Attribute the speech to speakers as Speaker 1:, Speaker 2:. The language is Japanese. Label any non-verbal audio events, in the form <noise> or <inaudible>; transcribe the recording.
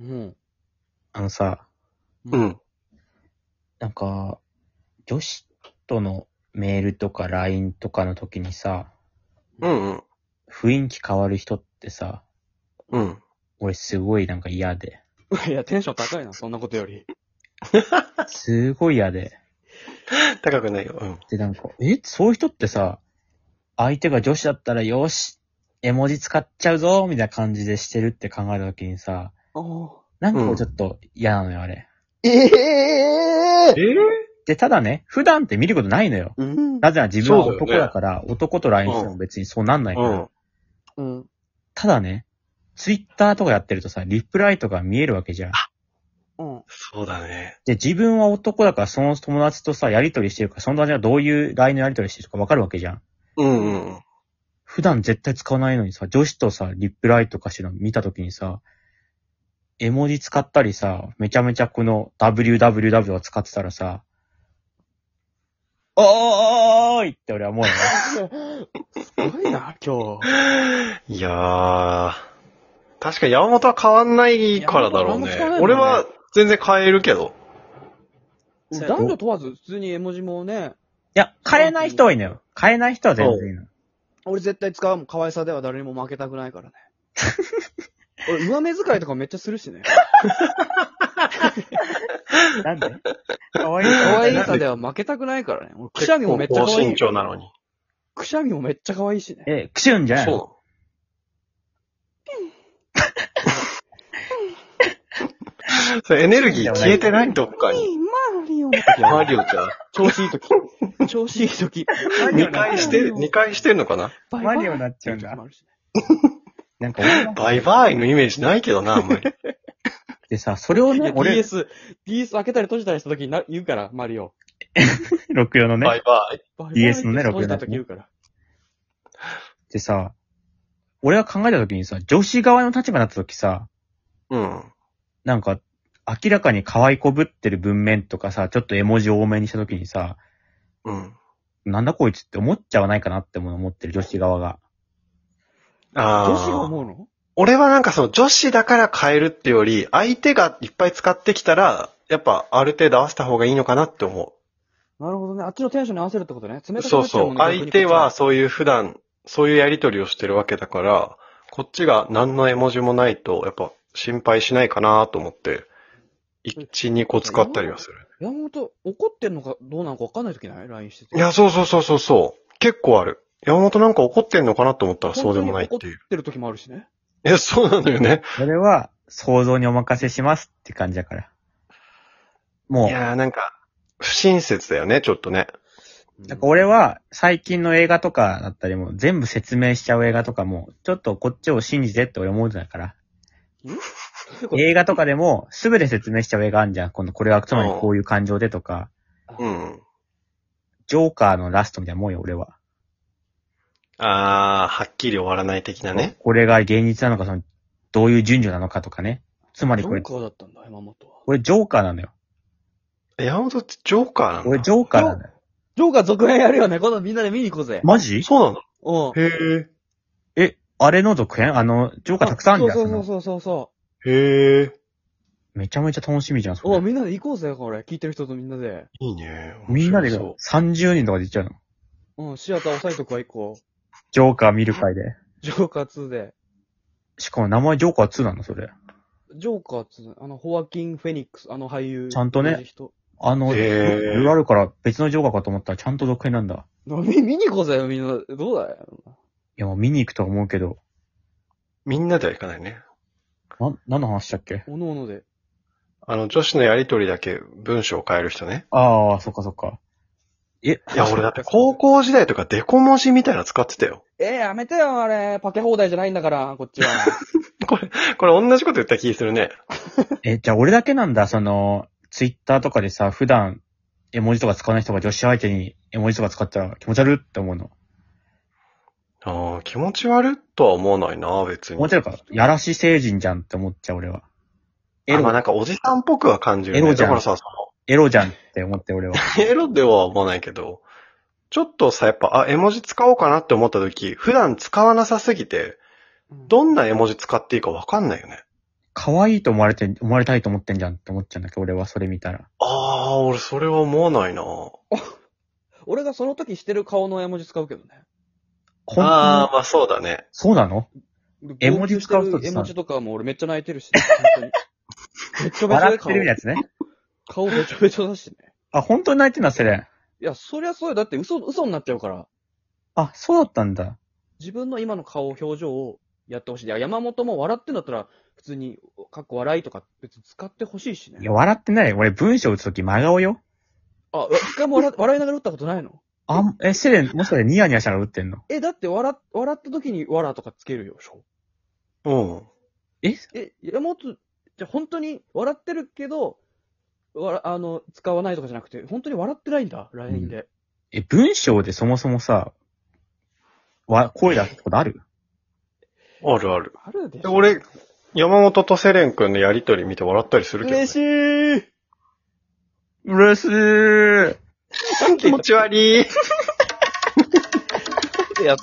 Speaker 1: うん。
Speaker 2: あのさ、
Speaker 3: うん。
Speaker 2: なんか、女子とのメールとか LINE とかの時にさ、
Speaker 3: うんうん。
Speaker 2: 雰囲気変わる人ってさ、
Speaker 3: うん。
Speaker 2: 俺すごいなんか嫌で。
Speaker 1: いや、テンション高いな、そんなことより。
Speaker 2: すごい嫌で。
Speaker 3: 高くないよ。うん。
Speaker 2: で、なんか、え、そういう人ってさ、相手が女子だったらよし、絵文字使っちゃうぞ、みたいな感じでしてるって考えた時にさ、なんかこうちょっと嫌なのよ、あれ。
Speaker 1: ええ
Speaker 3: え
Speaker 2: で、ただね、普段って見ることないのよ。
Speaker 1: うん。
Speaker 2: なぜなら自分は
Speaker 3: そうだよね
Speaker 2: 男だから、男と LINE しても別にそうなんないから。
Speaker 3: うん。
Speaker 1: うん。
Speaker 2: ただね、ツイッターとかやってるとさ、リプライとか見えるわけじゃん。
Speaker 1: うん。
Speaker 3: そうだね。
Speaker 2: で、自分は男だから、その友達とさ、やりとりしてるから、その友達がどういう LINE のやりとりしてるかわかるわけじゃん。
Speaker 3: うんうんうん。
Speaker 2: 普段絶対使わないのにさ、女子とさ、リプライとかしてるの見たときにさ、絵文字使ったりさ、めちゃめちゃこの www を使ってたらさ、おーおーおーいって俺は思うよね。
Speaker 1: すごいな、
Speaker 2: <laughs>
Speaker 1: 今日。
Speaker 3: いやー。確かに山本は変わんないからだろう
Speaker 1: 山本は
Speaker 3: ね。
Speaker 1: 変わんないもんね
Speaker 3: 俺は全然変えるけど。
Speaker 2: そう
Speaker 1: 男女問わず、普通に絵文字もね、
Speaker 2: いや、変えない人はいいのよ。変えない人は全然いいの。
Speaker 1: 俺絶対使うもん。可愛さでは誰にも負けたくないから <laughs> ね。俺、上目遣いとかめっちゃするしね。
Speaker 2: なんでかわいい。
Speaker 1: 可愛さでは負けたくないからね。俺、くしゃみもめっちゃ可
Speaker 3: 高
Speaker 1: 愛
Speaker 3: 身
Speaker 1: い。
Speaker 3: 長なのに。
Speaker 1: くしゃみもめっちゃ可愛いしね。
Speaker 2: え、クシュンじゃないの
Speaker 3: <laughs> そなの。それエネルギー消えてないどっかに。
Speaker 1: マリオ。
Speaker 3: マリオちゃん。
Speaker 1: <laughs> 調子いいとき。調子いいとき。
Speaker 3: 二回して、二回してんのかな
Speaker 1: バイバ
Speaker 2: マ
Speaker 1: イ
Speaker 2: リオになっちゃうんだ。なんか俺なんか
Speaker 3: バイバイのイメージないけどな、あんまり。
Speaker 2: でさ、それをね、俺、
Speaker 1: DS、DS 開けたり閉じたりした時にな言うから、マリオ。
Speaker 2: 64の
Speaker 3: バ
Speaker 2: ね。
Speaker 3: イバイ。
Speaker 1: バイバイ
Speaker 2: DS のね
Speaker 1: 閉じた
Speaker 2: 64
Speaker 1: 時言うから。
Speaker 2: でさ、俺が考えた時にさ、女子側の立場になった時さ、
Speaker 3: うん。
Speaker 2: なんか、明らかに可愛いこぶってる文面とかさ、ちょっと絵文字多めにした時にさ、
Speaker 3: うん。
Speaker 2: なんだこいつって思っちゃわないかなって思ってる女子側が。
Speaker 3: あー
Speaker 1: 女子が思うの
Speaker 3: 俺はなんかその女子だから変えるってより、相手がいっぱい使ってきたら、やっぱある程度合わせた方がいいのかなって思
Speaker 1: なるほどね。あっちのテンションに合わせるってことね。冷たく
Speaker 3: う。そ
Speaker 1: な
Speaker 3: う
Speaker 1: っちゃう
Speaker 3: そ
Speaker 1: も
Speaker 3: う。
Speaker 1: んね
Speaker 3: 相手は、そういう普段、そういうやりとりをしてるわけだから、こっちが何の絵文字もないと、やっぱ心配しないかなと思って、1、2個使ったりはする。
Speaker 1: 山本、怒ってんのかどうなのか分かんない時ない ?LINE してて。
Speaker 3: いや、そうそうそうそうそう。結構ある。山本なんか怒ってんのかなと思ったらそうでもないっていう。
Speaker 1: 怒ってる時もあるしね。
Speaker 3: え、そうなのよね。
Speaker 2: それは、想像にお任せしますって感じだから。も、
Speaker 3: いうやーなんか、不親切だよね、ちょっとね。
Speaker 2: なんか俺は最近の映画とかだったりも全部説明しちゃう映画とかも、ちょっとこっちを信じてって俺思うんだから。映画とかでもすべて説明しちゃう映画あんじゃん。この、これはつまりこういう感情でとか、
Speaker 3: うん。
Speaker 2: ジョーカーのラストみたいなもんよ、俺は。
Speaker 3: あー、はっきり終わらない的なね。
Speaker 2: これが現実なのか、その、どういう順序なのかとかね。つまり
Speaker 1: ジ
Speaker 2: こ
Speaker 1: ョ
Speaker 2: れ
Speaker 1: ー、カーだったんだ、山本は。
Speaker 2: 俺ジョーカーなのよ。
Speaker 3: 山本ってジョーカーなんだ。
Speaker 2: 俺ジョーカーなのよ。
Speaker 1: ジョーカー続編やるよね。今度みんなで見に行こうぜ。
Speaker 2: マジ
Speaker 3: そうな
Speaker 1: う
Speaker 3: の
Speaker 1: ん。
Speaker 3: へ
Speaker 2: え、あれの続編あの、ジョーカーたくさんあるじゃん。
Speaker 1: そうそう
Speaker 2: その
Speaker 1: そうそうそ。
Speaker 3: え。へえ。
Speaker 2: めちゃめちゃ楽しみじゃん、そう
Speaker 1: お
Speaker 2: れ。
Speaker 1: みんなで行こうぜ、これ。聞いてる人とみんなで。
Speaker 3: いいね。
Speaker 2: みんなで
Speaker 3: 面白そ
Speaker 2: 30人とかで行っちゃうの。
Speaker 1: うん、シアター押さえとくわ、一個。
Speaker 2: ジョーカー見る会で。
Speaker 1: ジョーカー2で。
Speaker 2: しかも名前ジョーカー2なの、それ。
Speaker 1: ジョーカー2、あの、ホアキン・フェニックス、あの俳優。
Speaker 2: ちゃんとね
Speaker 1: 同じ人
Speaker 2: あの、
Speaker 3: へー
Speaker 2: いろいろあるから別のジョーカーかと思ったらちゃんと続編なんだ。
Speaker 1: 飲み、見に行こうぜ、みんな。どうだよ。
Speaker 2: いや、もう見に行くとは思うけど、
Speaker 3: う。みんなではいかないね。
Speaker 2: な、何の話したっけ
Speaker 1: おのおので。
Speaker 3: あの、女子のやりとりだけ文章を変える人
Speaker 2: <laughs>
Speaker 3: ね。
Speaker 2: ああ、そっかそっか。え、
Speaker 1: <laughs>
Speaker 3: いや、俺だって高校時代とかデコ文字みたいなの使ってたよ。
Speaker 1: えー、やめてよ、あれ。パケ放題じゃないんだから、こっ
Speaker 2: <laughs>
Speaker 1: ちは。
Speaker 3: これ、これ同じこと言った気するね。
Speaker 2: え、じゃあ俺だけなんだ、その、ツイッターとかでさ、普段、絵文字とか使わない人が女子相手に絵文字とか使ったら気持ち悪いって思うの。
Speaker 3: ああ、気持ち悪いとは思わないな、別に。
Speaker 2: 思ってるから、やらし成人じゃんって思っちゃう、俺は。エ
Speaker 3: あまあ
Speaker 2: ロ、
Speaker 3: なんかおじさんっぽくは感じる、ね。
Speaker 2: エロじゃ
Speaker 3: だ
Speaker 2: ん
Speaker 3: からさ、その、
Speaker 2: エロじゃんって思って、俺は。
Speaker 3: エロでは思わないけど、ちょっとさ、やっぱ、あ、絵文字使おうかなって思った時、普段使わなさすぎて、どんな絵文字使っていいかわかんないよね。
Speaker 2: 可愛いと思われて、思われたいと思ってんじゃんって思っちゃうんだけど、俺はそれ見たら。
Speaker 3: あー、俺それは思わないな。
Speaker 1: 俺がその時してる顔の絵文字使うけどね。
Speaker 2: ほん
Speaker 3: あー、
Speaker 2: と
Speaker 3: まあそうだね。
Speaker 2: そうなの絵文字使う
Speaker 1: 号
Speaker 2: 人
Speaker 1: 泣してて
Speaker 2: っ
Speaker 1: る絵
Speaker 2: さ
Speaker 1: 文字とかも俺めっちゃ泣いてるし、ね、本当に。
Speaker 2: <laughs>
Speaker 1: めっちゃべちょ
Speaker 2: 笑
Speaker 1: で
Speaker 2: ってるやつね。
Speaker 1: 顔、顔べちょべちょだしね。
Speaker 2: あ、本当に泣いてんだ、セレン。
Speaker 1: いや、そりゃそうよ。だって嘘、嘘になっちゃうから。
Speaker 2: あ、そうだったんだ。
Speaker 1: 自分の今の顔、表情をやってほしい。いや、山本も笑ってんだったら、普通に、かっこ笑いとか別に使ってほしいし
Speaker 2: い
Speaker 1: ね
Speaker 2: や、。笑ってない。俺文章打つとき真顔よ。
Speaker 1: あ、一回も笑笑いながら打ったことないの
Speaker 2: あん、え、セレン、もしかしてニヤニヤしたら打ってんの
Speaker 1: え、だって笑、笑った時に笑とかつけるよ、しょ。
Speaker 3: うん。
Speaker 2: え
Speaker 1: え、山本、じゃあ本当に笑ってるけど、わら、あの、使わないとかじゃなくて、本当に笑ってないんだ、LINE で。
Speaker 2: え、文章でそもそもさ、わ、声出すことある
Speaker 3: あるある。
Speaker 1: あるでし
Speaker 3: で
Speaker 1: ょ。
Speaker 3: 俺、山本とセレン君のやりとり見て笑ったりするけど、ね。
Speaker 1: 嬉しい
Speaker 2: 嬉しい
Speaker 3: 気持ち悪い。
Speaker 1: ってやっ